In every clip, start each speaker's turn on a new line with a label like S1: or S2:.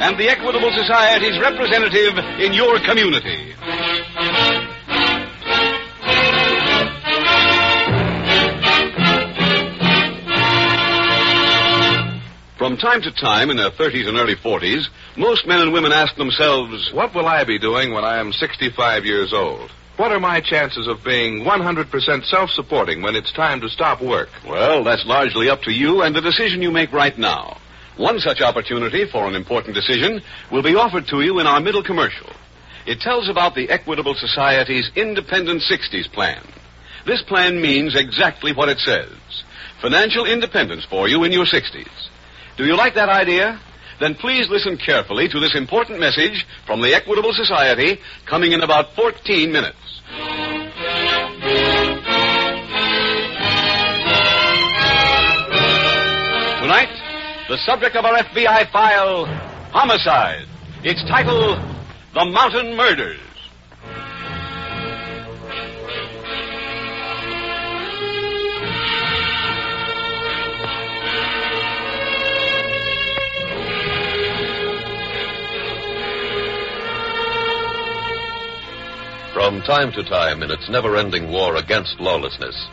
S1: and the Equitable Society's representative in your community. From time to time in their 30s and early 40s, most men and women ask themselves,
S2: What will I be doing when I am 65 years old? What are my chances of being 100% self supporting when it's time to stop work?
S1: Well, that's largely up to you and the decision you make right now. One such opportunity for an important decision will be offered to you in our middle commercial. It tells about the Equitable Society's Independent 60s plan. This plan means exactly what it says financial independence for you in your 60s. Do you like that idea? Then please listen carefully to this important message from the Equitable Society coming in about 14 minutes. Tonight, the subject of our FBI file, Homicide. It's titled The Mountain Murders.
S3: From time to time, in its never ending war against lawlessness,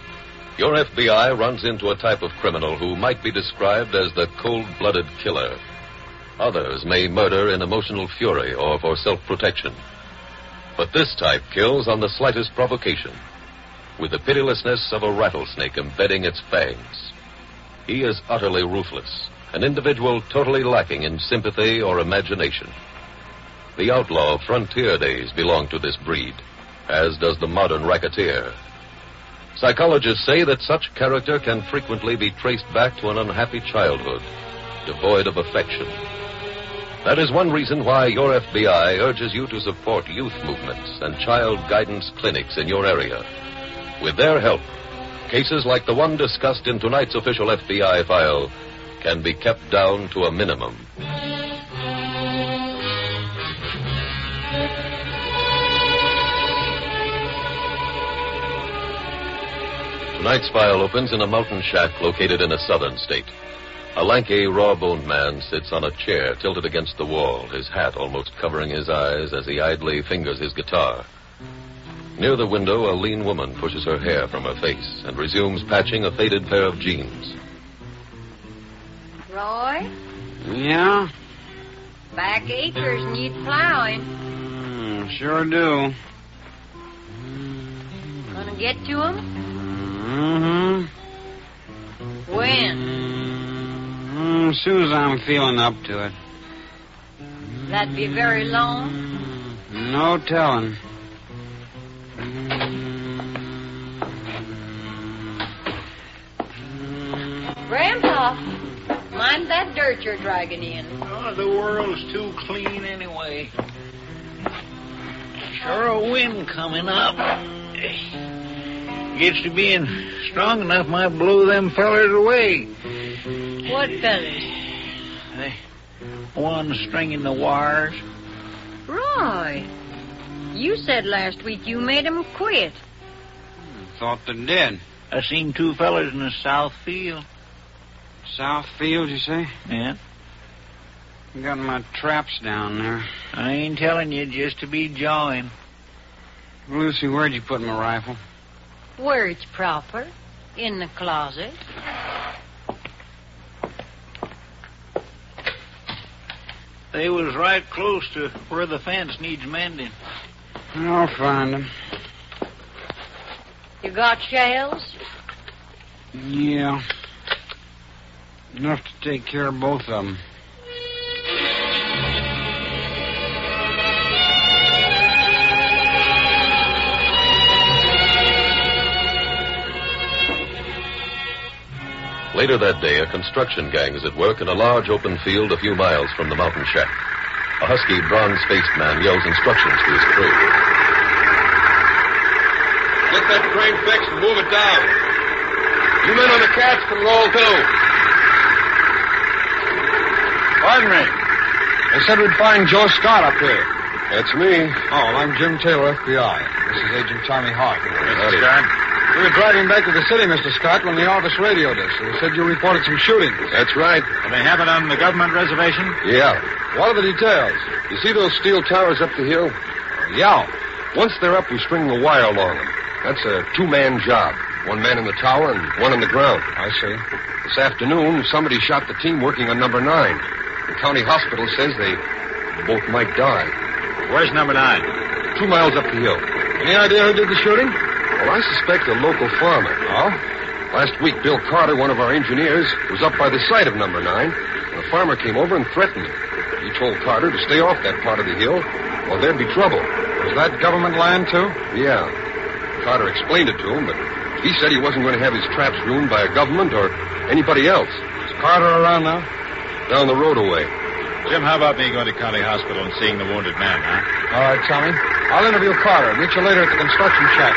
S3: your FBI runs into a type of criminal who might be described as the cold blooded killer. Others may murder in emotional fury or for self protection. But this type kills on the slightest provocation, with the pitilessness of a rattlesnake embedding its fangs. He is utterly ruthless, an individual totally lacking in sympathy or imagination. The outlaw of frontier days belonged to this breed, as does the modern racketeer. Psychologists say that such character can frequently be traced back to an unhappy childhood, devoid of affection. That is one reason why your FBI urges you to support youth movements and child guidance clinics in your area. With their help, cases like the one discussed in tonight's official FBI file can be kept down to a minimum. Tonight's file opens in a mountain shack located in a southern state. A lanky, raw-boned man sits on a chair tilted against the wall, his hat almost covering his eyes as he idly fingers his guitar. Near the window, a lean woman pushes her hair from her face and resumes patching a faded pair of jeans.
S4: Roy,
S5: Yeah,
S4: back acres need plowing.
S5: Hmm, sure do.
S4: Gonna get to 'em?
S5: Mm-hmm.
S4: When?
S5: Mm, soon as I'm feeling up to it.
S4: That'd be very long.
S5: No telling.
S4: Grandpa, mind that dirt you're dragging in.
S6: Oh, the world's too clean anyway. Sure a wind coming up. Gets to being strong enough might blow them fellers away.
S4: What fellas?
S6: The one stringing the wires.
S4: Roy, you said last week you made 'em quit.
S5: Thought they did.
S6: I seen two fellers in the south field.
S5: South Field, you say?
S6: Yeah.
S5: Got my traps down there.
S6: I ain't telling you just to be jawing.
S5: Lucy, where'd you put my rifle?
S4: Where it's proper. In the closet.
S6: They was right close to where the fence needs mending.
S5: I'll find him.
S4: You got shells?
S5: Yeah. Enough to take care of both of them.
S3: Later that day, a construction gang is at work in a large open field a few miles from the mountain shack.
S7: A husky, bronze-faced man yells instructions to his crew.
S3: Get that crane fixed and move it down. You men on the cats can roll too.
S8: Pardon me. They said we'd find Joe Scott up here.
S3: That's me.
S8: Oh, well, I'm Jim Taylor, FBI. This is Agent Tommy Hart.
S3: Howdy.
S8: We were driving back to the city, Mr. Scott, when the office radioed us. They said you reported some shooting.
S3: That's right.
S6: And they have it on the government reservation?
S3: Yeah.
S8: What are the details?
S3: You see those steel towers up the hill?
S8: Yeah.
S3: Once they're up, we string the wire along them. That's a two-man job. One man in the tower and one on the ground.
S8: I see.
S3: This afternoon, somebody shot the team working on number nine. The county hospital says they both might die.
S6: Where's number nine?
S3: Two miles up the hill.
S8: Any idea who did the shooting?
S3: Well, I suspect a local farmer.
S8: Oh?
S3: Last week, Bill Carter, one of our engineers, was up by the site of number nine. And the farmer came over and threatened him. He told Carter to stay off that part of the hill, or there'd be trouble.
S8: Was that government land, too?
S3: Yeah. Carter explained it to him, but he said he wasn't going to have his traps ruined by a government or anybody else.
S8: Is Carter around now?
S3: Down the road away.
S6: Jim, how about me going to county hospital and seeing the wounded man, huh?
S8: All right, Tommy. I'll interview Carter. Meet you later at the construction shack.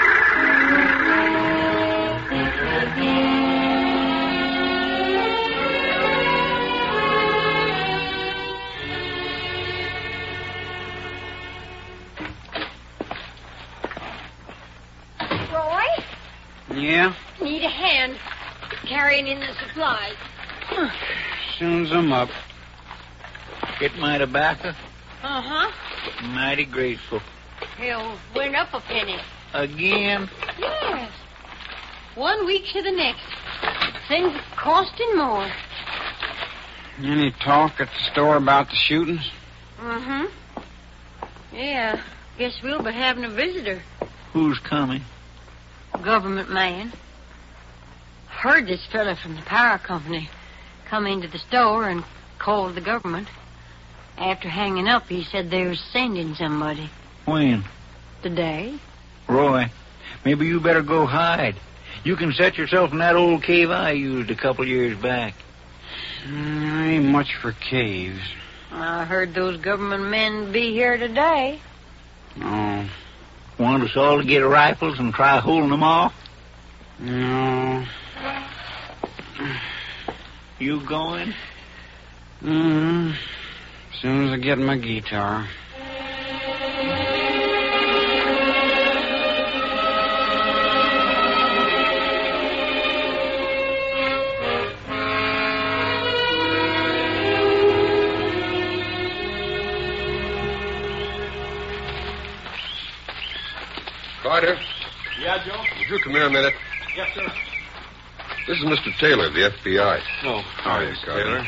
S4: Roy,
S8: Yeah?
S4: need a hand carrying in the supplies.
S8: Soon's him up.
S6: Get my tobacco?
S4: Uh huh.
S6: Mighty grateful.
S4: Hill went up a penny.
S6: Again?
S4: Yes. One week to the next. Things costing more.
S8: Any talk at the store about the shootings?
S4: Uh huh. Yeah. Guess we'll be having a visitor.
S6: Who's coming?
S4: Government man. Heard this fella from the power company come into the store and called the government. After hanging up, he said they were sending somebody
S6: When?
S4: today.
S6: Roy, maybe you better go hide. You can set yourself in that old cave I used a couple years back.
S8: Mm, ain't much for caves.
S4: I heard those government men be here today.
S8: No.
S6: Want us all to get rifles and try holding them off?
S8: No.
S6: You going?
S8: Mm-hmm. Soon as I get my guitar.
S3: Carter,
S6: Yeah, Joe?
S3: would you come here a minute?
S6: Yes, sir.
S3: This is Mr. Taylor, of the FBI.
S8: No.
S3: Oh, Hi, Mr. Taylor.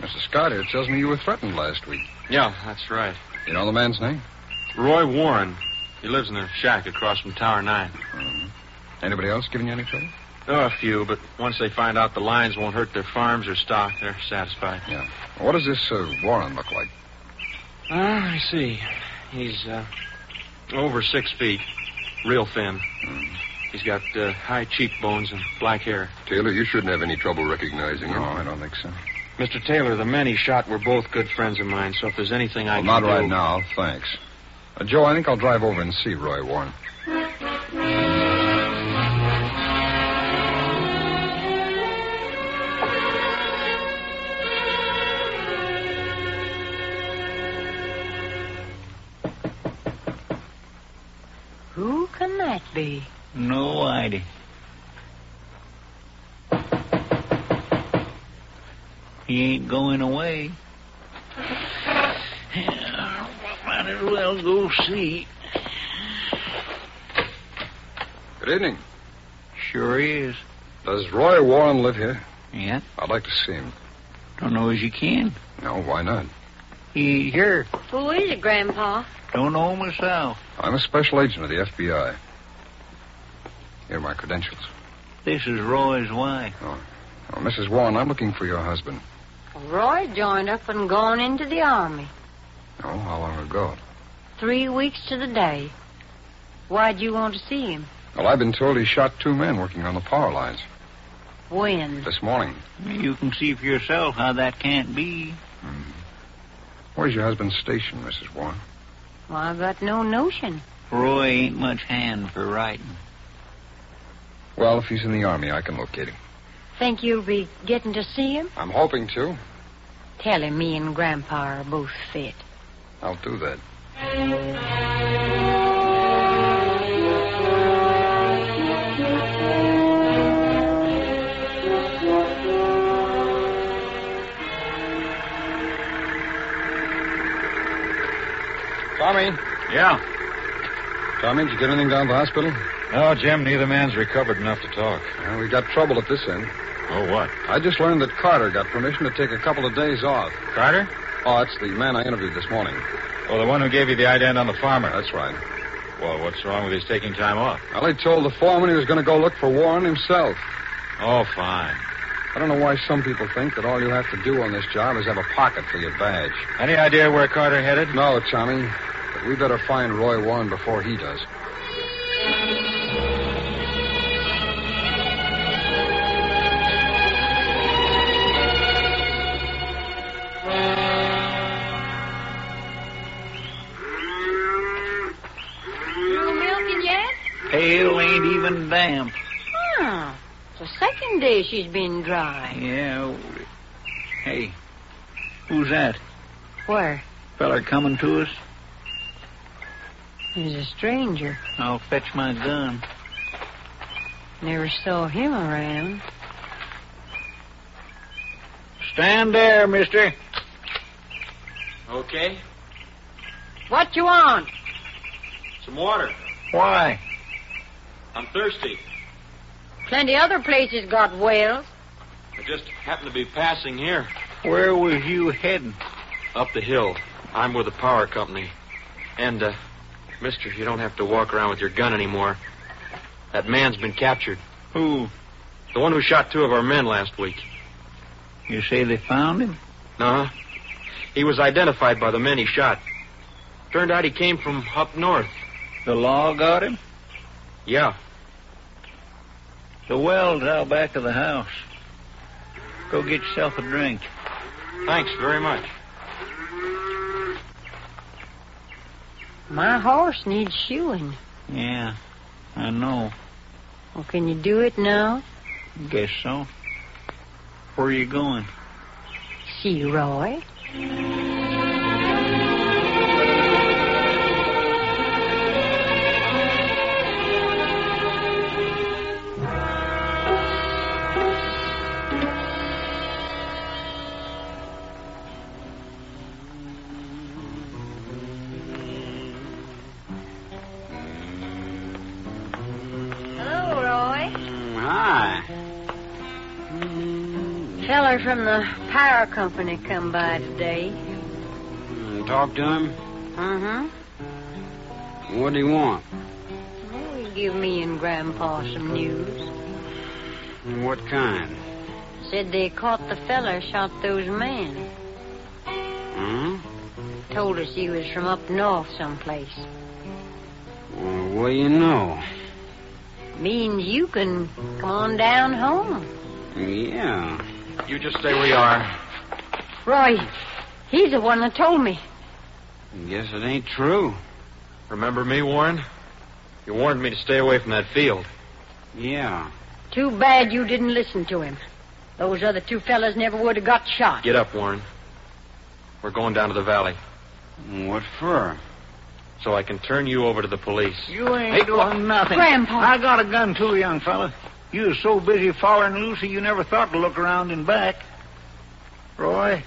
S3: Mr. Scott here tells me you were threatened last week.
S5: Yeah, that's right.
S3: You know the man's name?
S5: Roy Warren. He lives in a shack across from Tower 9.
S3: Anybody else giving you any trouble?
S5: There are a few, but once they find out the lines won't hurt their farms or stock, they're satisfied.
S3: What does this uh, Warren look like?
S5: Ah, I see. He's uh, over six feet, real thin.
S3: Mm.
S5: He's got uh, high cheekbones and black hair.
S3: Taylor, you shouldn't have any trouble recognizing him.
S5: No, I
S3: don't think so.
S5: Mr. Taylor, the men he shot were both good friends of mine, so if there's anything I can
S3: not
S5: do...
S3: right now, thanks. Uh, Joe, I think I'll drive over and see Roy Warren.
S4: Who can that be?
S6: No idea. He ain't going away. Yeah, might as well go see.
S3: Good evening.
S6: Sure is.
S3: Does Roy Warren live here?
S6: Yeah,
S3: I'd like to see him.
S6: don't know as you can.
S3: No, why not?
S6: He here.
S4: Who is it, Grandpa?
S6: Don't know myself.
S3: I'm a special agent of the FBI. Here are my credentials.
S6: This is Roy's wife.
S3: Oh, Mrs. Warren, I'm looking for your husband.
S4: Roy joined up and gone into the army.
S3: Oh, how long ago?
S4: Three weeks to the day. Why'd you want to see him?
S3: Well, I've been told he shot two men working on the power lines
S4: When?
S3: this morning. Mm-hmm.
S6: You can see for yourself how that can't be.
S9: Where's your husband's station, Mrs. Warren?
S4: Well, I've got no notion.
S6: Roy ain't much hand for writing.
S9: Well, if he's in the army, I can locate him.
S4: Think you'll be getting to see him?
S9: I'm hoping to.
S4: Tell him me and Grandpa are both fit.
S9: I'll do that. Tommy.
S10: Yeah.
S9: Tommy, did you get anything down to the hospital?
S10: No, Jim, neither man's recovered enough to talk.
S9: Well, we got trouble at this end.
S10: Oh, what?
S9: I just learned that Carter got permission to take a couple of days off.
S10: Carter?
S9: Oh, that's the man I interviewed this morning.
S10: Oh, the one who gave you the ident on the farmer.
S9: That's right.
S10: Well, what's wrong with his taking time off?
S9: Well, he told the foreman he was going to go look for Warren himself.
S10: Oh, fine.
S9: I don't know why some people think that all you have to do on this job is have a pocket for your badge.
S10: Any idea where Carter headed?
S9: No, Tommy. But we better find Roy Warren before he does.
S4: You milking yet?
S6: Pail ain't even damp.
S4: Oh, it's the second day she's been dry.
S6: Yeah. Hey, who's that?
S4: Where?
S6: Feller coming to us?
S4: He's a stranger.
S6: I'll fetch my gun.
S4: Never saw him around.
S6: Stand there, mister.
S3: Okay.
S4: What you want?
S3: Some water.
S6: Why?
S3: I'm thirsty.
S4: Plenty other places got wells.
S3: I just happened to be passing here.
S6: Where was you heading?
S3: Up the hill. I'm with the power company. And, uh, mister, you don't have to walk around with your gun anymore. That man's been captured.
S6: Who?
S3: The one who shot two of our men last week.
S6: You say they found him?
S3: Uh huh. He was identified by the men he shot. Turned out he came from up north.
S6: The law got him?
S3: Yeah.
S6: The well's out back of the house. Go get yourself a drink.
S3: Thanks very much.
S4: My horse needs shoeing.
S6: Yeah, I know.
S4: Well, can you do it now?
S6: Guess so. Where you going?
S4: See, Roy. Hello, Roy.
S5: Mm, hi.
S4: Feller from the power company come by today.
S5: Mm, talk to him.
S4: Mm-hmm.
S5: What do you want?
S4: He'll give me and Grandpa some news.
S5: What kind?
S4: Said they caught the feller shot those men.
S5: Huh?
S4: Told us he was from up north someplace.
S5: Well, what do you know?
S4: Means you can come on down home.
S5: Yeah.
S3: You just stay where you are.
S4: Roy, he's the one that told me.
S5: Guess it ain't true.
S3: Remember me, Warren? You warned me to stay away from that field.
S5: Yeah.
S4: Too bad you didn't listen to him. Those other two fellas never would have got shot.
S3: Get up, Warren. We're going down to the valley,
S5: What for?
S3: so I can turn you over to the police.
S6: You ain't doing nothing.
S4: Grandpa.
S6: I got a gun too, young fella. You was so busy following Lucy, you never thought to look around and back. Roy,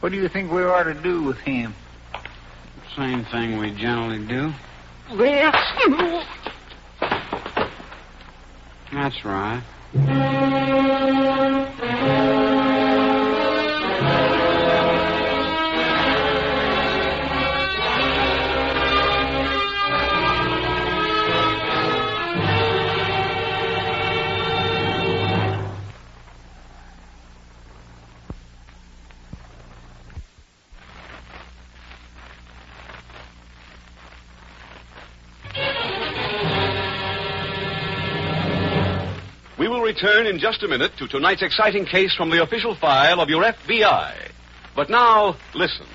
S6: what do you think we ought to do with him?
S5: Same thing we generally do.
S4: Well,
S5: That's right.
S11: We will return in just a minute to tonight's exciting case from the official file of your FBI. But now, listen.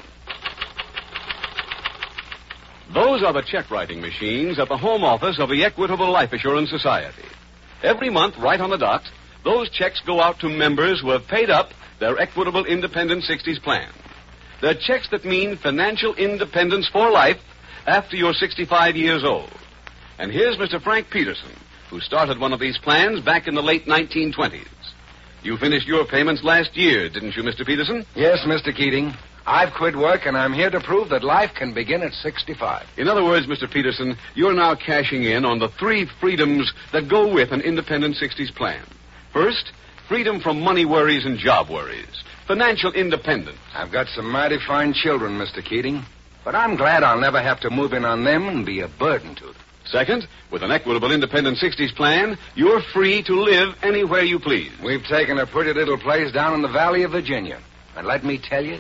S3: Those are the check writing machines at the home office of the Equitable Life Assurance Society. Every month, right on the dot, those checks go out to members who have paid up their Equitable Independent 60s plan. They're checks that mean financial independence for life after you're 65 years old. And here's Mr. Frank Peterson, who started one of these plans back in the late 1920s. You finished your payments last year, didn't you, Mr. Peterson?
S9: Yes, Mr. Keating. I've quit work, and I'm here to prove that life can begin at 65.
S3: In other words, Mr. Peterson, you're now cashing in on the three freedoms that go with an independent 60s plan. First, freedom from money worries and job worries, financial independence.
S9: I've got some mighty fine children, Mr. Keating, but I'm glad I'll never have to move in on them and be a burden to them.
S3: Second, with an equitable independent 60s plan, you're free to live anywhere you please.
S9: We've taken a pretty little place down in the Valley of Virginia. And let me tell you,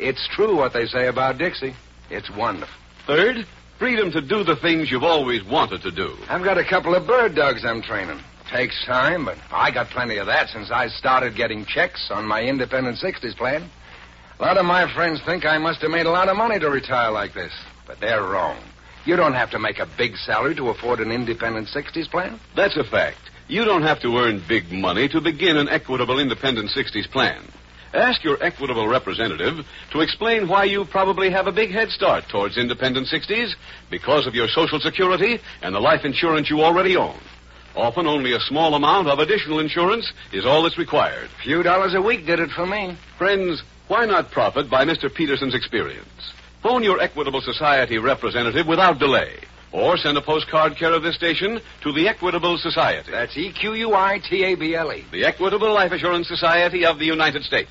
S9: it's true what they say about Dixie. It's wonderful.
S3: Third, freedom to do the things you've always wanted to do.
S9: I've got a couple of bird dogs I'm training. Takes time, but I got plenty of that since I started getting checks on my independent 60s plan. A lot of my friends think I must have made a lot of money to retire like this, but they're wrong. You don't have to make a big salary to afford an independent 60s plan.
S3: That's a fact. You don't have to earn big money to begin an equitable independent 60s plan. Ask your equitable representative to explain why you probably have a big head start towards independent 60s because of your Social Security and the life insurance you already own. Often only a small amount of additional insurance is all that's required.
S9: A few dollars a week did it for me.
S3: Friends, why not profit by Mr. Peterson's experience? Phone your Equitable Society representative without delay. Or send a postcard care of this station to the Equitable Society.
S9: That's E Q U I T A B L E.
S3: The Equitable Life Assurance Society of the United States.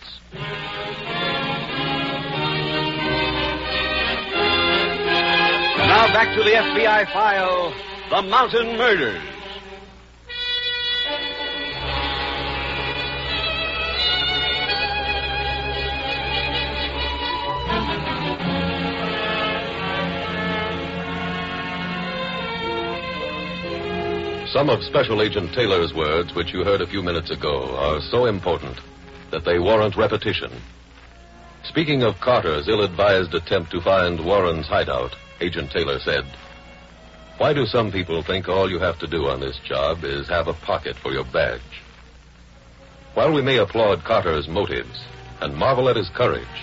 S3: Now back to the FBI file The Mountain Murders.
S12: Some of Special Agent Taylor's words, which you heard a few minutes ago, are so important that they warrant repetition. Speaking of Carter's ill advised attempt to find Warren's hideout, Agent Taylor said, Why do some people think all you have to do on this job is have a pocket for your badge? While we may applaud Carter's motives and marvel at his courage,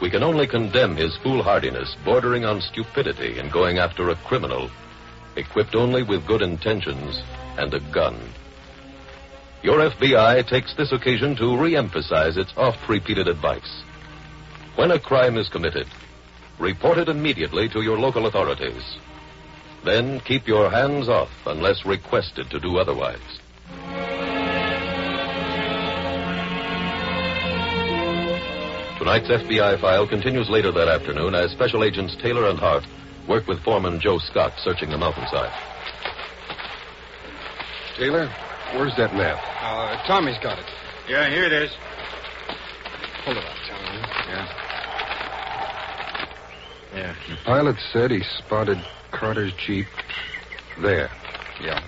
S12: we can only condemn his foolhardiness bordering on stupidity in going after a criminal equipped only with good intentions and a gun. Your FBI takes this occasion to re-emphasize its oft-repeated advice. When a crime is committed, report it immediately to your local authorities. Then keep your hands off unless requested to do otherwise. Tonight's FBI file continues later that afternoon as Special Agents Taylor and Hart work with foreman Joe Scott searching the mountainside.
S13: Taylor, where's that map?
S6: Uh, Tommy's got it. Yeah, here it is.
S13: Hold it up, Tommy.
S6: Yeah. Yeah.
S13: The pilot said he spotted Carter's Jeep there.
S6: Yeah.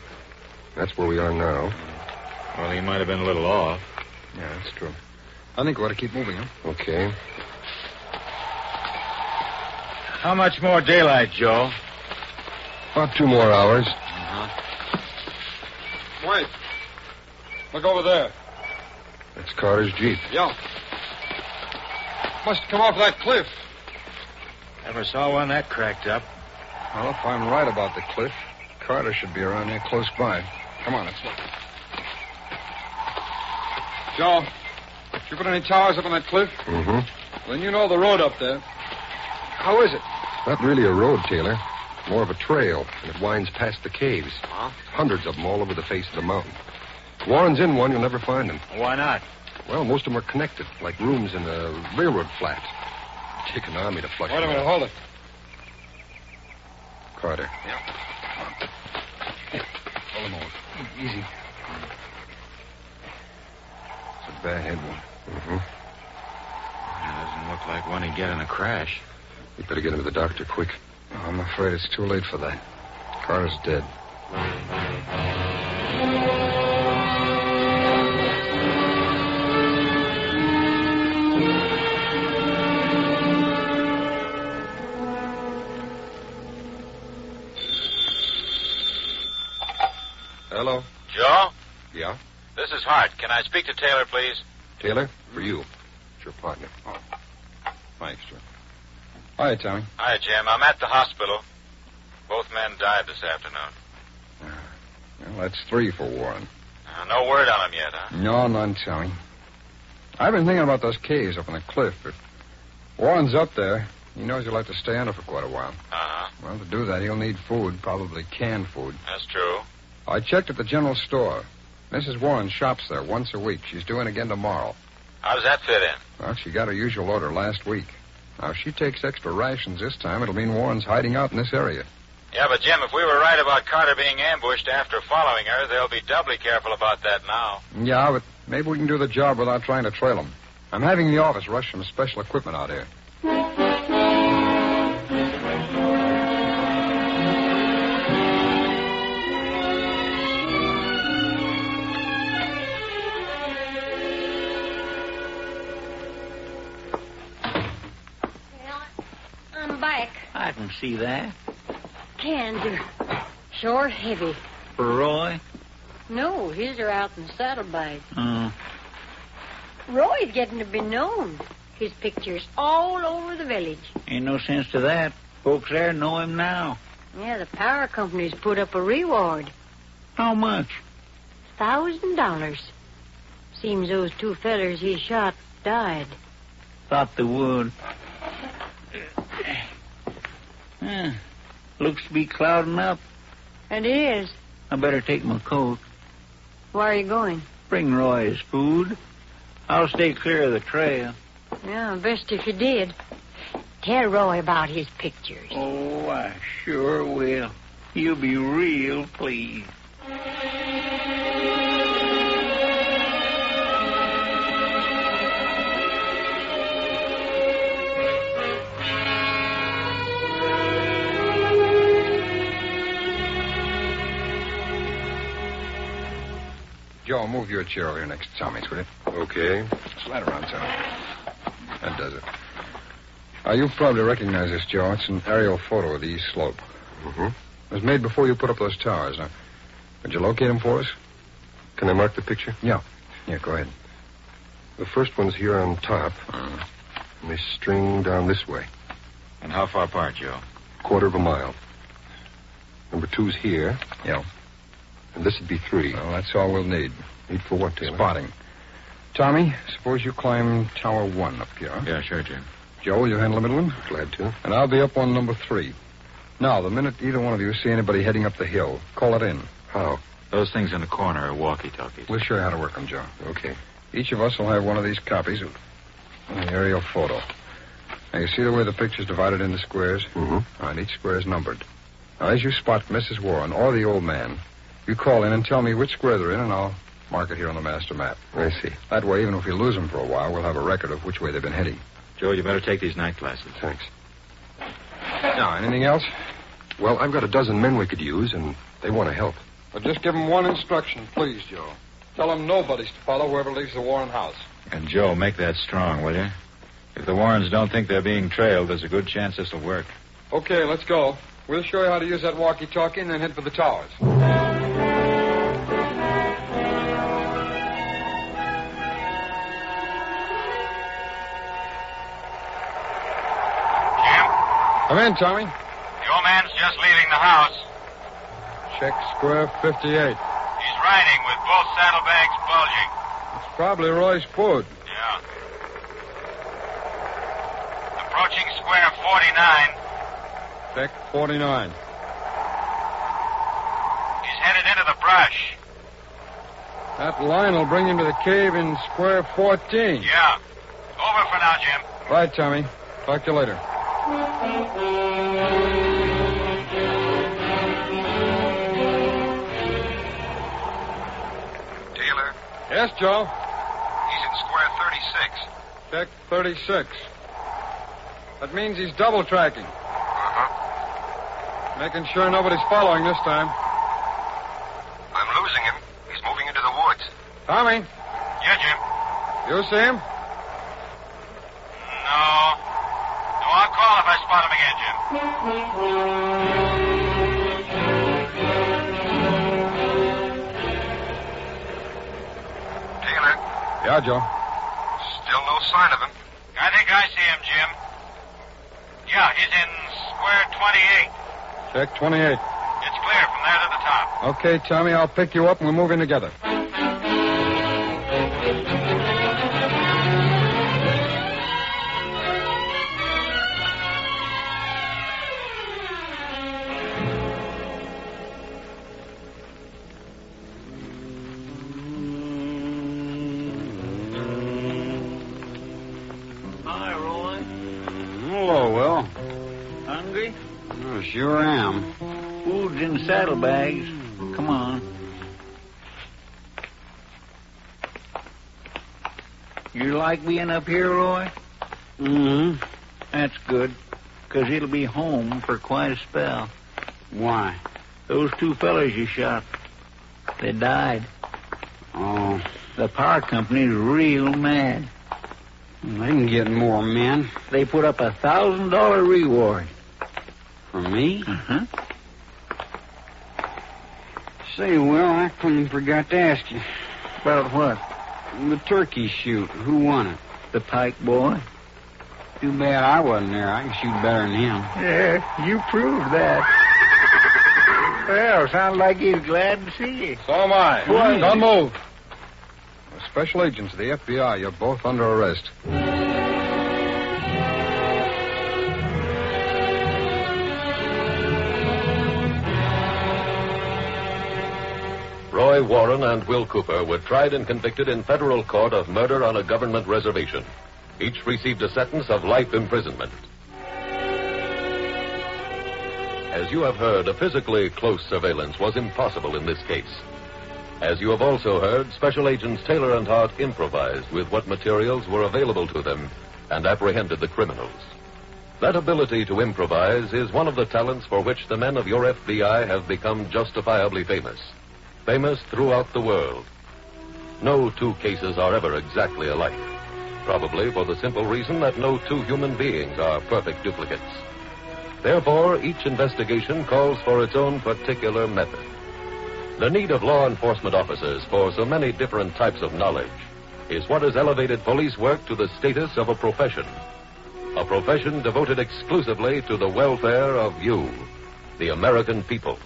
S13: That's where we are now.
S6: Well, he might have been a little off.
S13: Yeah, that's true.
S6: I think we ought to keep moving, huh?
S13: Okay.
S6: How much more daylight, Joe?
S13: About two more hours.
S6: Uh-huh.
S14: Wait. Look over there.
S13: That's Carter's Jeep.
S14: Yeah. Must come off that cliff.
S6: Never saw one that cracked up.
S13: Well, if I'm right about the cliff, Carter should be around here close by. Come on, let's look.
S14: Joe, if you put any towers up on that cliff,
S13: mm-hmm.
S14: then you know the road up there. How is it?
S13: Not really a road, Taylor. More of a trail, and it winds past the caves.
S14: Huh?
S13: Hundreds of them all over the face of the mountain. Warren's in one, you'll never find him.
S6: Why not?
S13: Well, most of them are connected, like rooms in a railroad flat. Take an army to flush
S14: Wait a minute,
S13: out.
S14: hold it.
S13: Carter.
S14: Yeah.
S13: Hey, hold him over.
S14: Easy.
S13: It's a bad head one. Mm-hmm.
S6: It doesn't look like one he'd get in a crash.
S13: You better get him to the doctor quick.
S9: Oh, I'm afraid it's too late for that.
S13: Carter's dead.
S2: Hello?
S15: Joe?
S2: Yeah?
S15: This is Hart. Can I speak to Taylor, please?
S2: Taylor, for you. It's your partner. Oh.
S9: Thanks, sir. Hi, Tommy.
S15: Hi, Jim. I'm at the hospital. Both men died this afternoon.
S9: Well, that's three for Warren.
S15: Uh, no word on him yet, huh?
S9: No, none, Tommy. I've been thinking about those caves up on the cliff, but Warren's up there. He knows he'll have to stay under for quite a while.
S15: Uh-huh.
S9: Well, to do that, he'll need food, probably canned food.
S15: That's true.
S9: I checked at the general store. Mrs. Warren shops there once a week. She's doing again tomorrow.
S15: How does that fit in?
S9: Well, she got her usual order last week. Now, if she takes extra rations this time, it'll mean Warren's hiding out in this area.
S15: Yeah, but Jim, if we were right about Carter being ambushed after following her, they'll be doubly careful about that now.
S9: Yeah, but maybe we can do the job without trying to trail him. I'm having the office rush some special equipment out here.
S4: I'm back.
S6: I can see that.
S4: Canned. are Sure heavy.
S6: For Roy?
S4: No, his are out in the saddlebag.
S6: Mm.
S4: Roy's getting to be known. His picture's all over the village.
S6: Ain't no sense to that. Folks there know him now.
S4: Yeah, the power company's put up a reward.
S6: How much?
S4: Thousand dollars. Seems those two fellers he shot died.
S6: Thought they would. Eh, looks to be clouding up.
S4: It is.
S6: I better take my coat.
S4: Where are you going?
S6: Bring Roy his food. I'll stay clear of the trail.
S4: Yeah, best if you did. Tell Roy about his pictures.
S6: Oh, I sure will. You'll be real pleased.
S9: Joe, move your chair over here next to Tommy's, will you?
S2: Okay.
S9: Slide around, Tommy. That does it. Now, you probably recognize this, Joe. It's an aerial photo of the east slope.
S2: Mm-hmm.
S9: It was made before you put up those towers. Now, would you locate them for us?
S2: Can I mark the picture?
S9: Yeah. Yeah, go ahead. Mm-hmm.
S2: The first one's here on top. And they string down this way,
S9: And how far apart, Joe?
S2: quarter of a mile. Number two's here.
S9: Yeah.
S2: And this would be three.
S9: Well, that's all we'll need.
S2: Need for what, Taylor?
S9: Spotting. Tommy, suppose you climb Tower 1 up here. huh? Yeah, sure, Jim. Joe, will you handle the middle one?
S2: Glad to.
S9: And I'll be up on number 3. Now, the minute either one of you see anybody heading up the hill, call it in.
S2: How?
S9: Those things in the corner are walkie-talkies. We'll show you how to work them, Joe.
S2: Okay.
S9: Each of us will have one of these copies of an aerial photo. Now, you see the way the picture's divided into squares?
S2: Mm-hmm.
S9: All right, each square is numbered. Now, as you spot Mrs. Warren or the old man, you call in and tell me which square they're in, and I'll mark it here on the master map.
S2: I see.
S9: That way, even if we lose them for a while, we'll have a record of which way they've been heading.
S2: Joe, you better take these night glasses. Thanks.
S9: Now, anything else?
S2: Well, I've got a dozen men we could use, and they want to help.
S16: Well, just give them one instruction, please, Joe. Tell them nobody's to follow whoever leaves the Warren house.
S9: And, Joe, make that strong, will you? If the Warrens don't think they're being trailed, there's a good chance this will work.
S16: Okay, let's go. We'll show you how to use that walkie-talkie and then head for the towers.
S9: Come in, Tommy.
S15: The old man's just leaving the house.
S9: Check square 58.
S15: He's riding with both saddlebags bulging.
S9: It's probably Roy's food.
S15: Yeah. Approaching square 49.
S9: Check 49.
S15: He's headed into the brush.
S9: That line will bring him to the cave in square 14.
S15: Yeah. Over for now, Jim.
S9: Right, Tommy. Talk to you later.
S15: Taylor,
S16: Yes, Joe.
S15: he's in square 36.
S16: Check 36. That means he's double tracking.
S15: Uh-huh.
S16: Making sure nobody's following this time.
S15: I'm losing him. He's moving into the woods.
S16: Tommy,
S15: Yeah, Jim.
S16: you see him?
S15: No. No, I'll call if I spot him again, Jim.
S4: Well,
S9: Yeah, Joe.
S15: Still no sign of him. I think I see him, Jim. Yeah, he's in square 28.
S9: Check 28.
S15: It's clear from there to the top.
S9: Okay, Tommy, I'll pick you up and we'll move in together.
S6: Hi, Roy.
S5: Mm-hmm. Hello, Will.
S6: Hungry?
S5: Oh, sure am.
S6: Food's in saddlebags. Come on. You like being up here, Roy? Hmm?
S5: Mm-hmm.
S6: That's good, 'cause it'll be home for quite a spell.
S5: Why?
S6: Those two fellas you shot, they died.
S5: Oh,
S6: The power company's real mad.
S5: they can get more men
S6: They put up a thousand dollar reward.
S5: for me.
S6: Uh-huh.
S5: Say, Will, I clean forgot to ask you.
S6: About what?
S5: The turkey shoot. Who won it?
S6: The Pike boy.
S5: Too bad I wasn't there. I can shoot better than him.
S6: Yeah, you proved that. Well, sounds like he's glad to see you.
S16: So am I.
S9: Why?
S16: Don't move.
S9: Special agents of the FBI, you're both under arrest.
S17: Roy Warren and Will Cooper were tried and convicted in federal court of murder on a government reservation. Each received a sentence of life imprisonment. As you have heard, a physically close surveillance was impossible in this case. As you have also heard, Special Agents Taylor and Hart improvised with what materials were available to them and apprehended the criminals. That ability to improvise is one of the talents for which the men of your FBI have become justifiably famous famous throughout the world. No two cases are ever exactly alike, probably for the simple reason that no two human beings are perfect duplicates. Therefore, each investigation calls for its own particular method. The need of law enforcement officers for so many different types of knowledge is what has elevated police work to the status of a profession. A profession devoted exclusively to the welfare of you, the American people.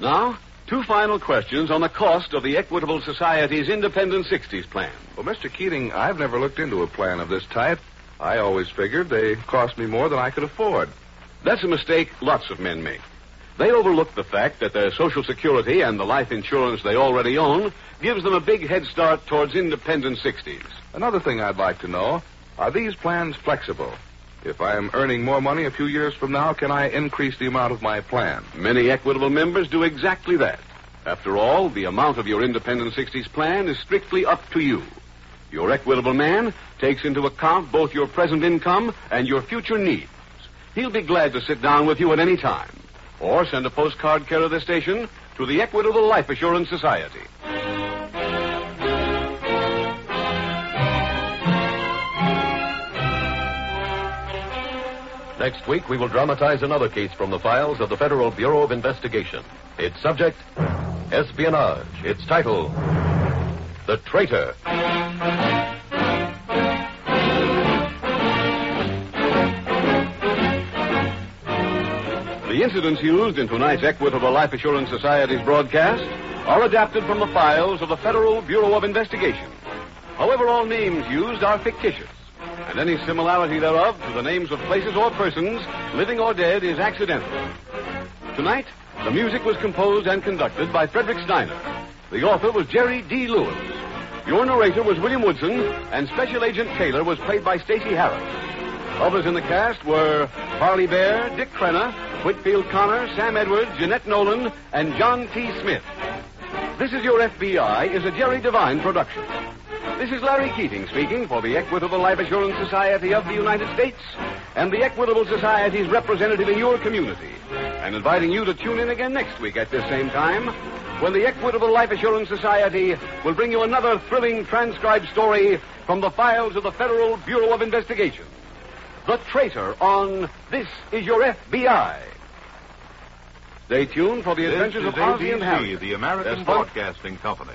S3: Now, two final questions on the cost of the Equitable Society's Independent 60s plan.
S18: Well, Mr. Keating, I've never looked into a plan of this type. I always figured they cost me more than I could afford.
S3: That's a mistake lots of men make. They overlook the fact that their Social Security and the life insurance they already own gives them a big head start towards independent 60s.
S18: Another thing I'd like to know are these plans flexible? If I am earning more money a few years from now, can I increase the amount of my plan?
S3: Many Equitable members do exactly that. After all, the amount of your Independent 60s plan is strictly up to you. Your Equitable man takes into account both your present income and your future needs. He'll be glad to sit down with you at any time. Or send a postcard care of the station to the Equitable Life Assurance Society.
S17: Next week, we will dramatize another case from the files of the Federal Bureau of Investigation. Its subject, espionage. Its title, The Traitor.
S3: The incidents used in tonight's Equitable Life Assurance Society's broadcast are adapted from the files of the Federal Bureau of Investigation. However, all names used are fictitious, and any similarity thereof to the names of places or persons, living or dead, is accidental. Tonight, the music was composed and conducted by Frederick Steiner. The author was Jerry D. Lewis. Your narrator was William Woodson, and Special Agent Taylor was played by Stacey Harris. Others in the cast were Farley Bear, Dick Crenna, Whitfield Connor, Sam Edwards, Jeanette Nolan, and John T. Smith. This is Your FBI is a Jerry Devine production. This is Larry Keating speaking for the Equitable Life Assurance Society of the United States and the Equitable Society's representative in your community, and inviting you to tune in again next week at this same time when the Equitable Life Assurance Society will bring you another thrilling transcribed story from the files of the Federal Bureau of Investigation. The Traitor on This Is Your FBI.
S18: Stay tuned for the
S3: adventures
S19: this
S3: of
S19: is
S3: Ozzie and
S19: ABC,
S3: Harriet.
S19: the American
S3: Yes, folks.
S19: Broadcasting Company.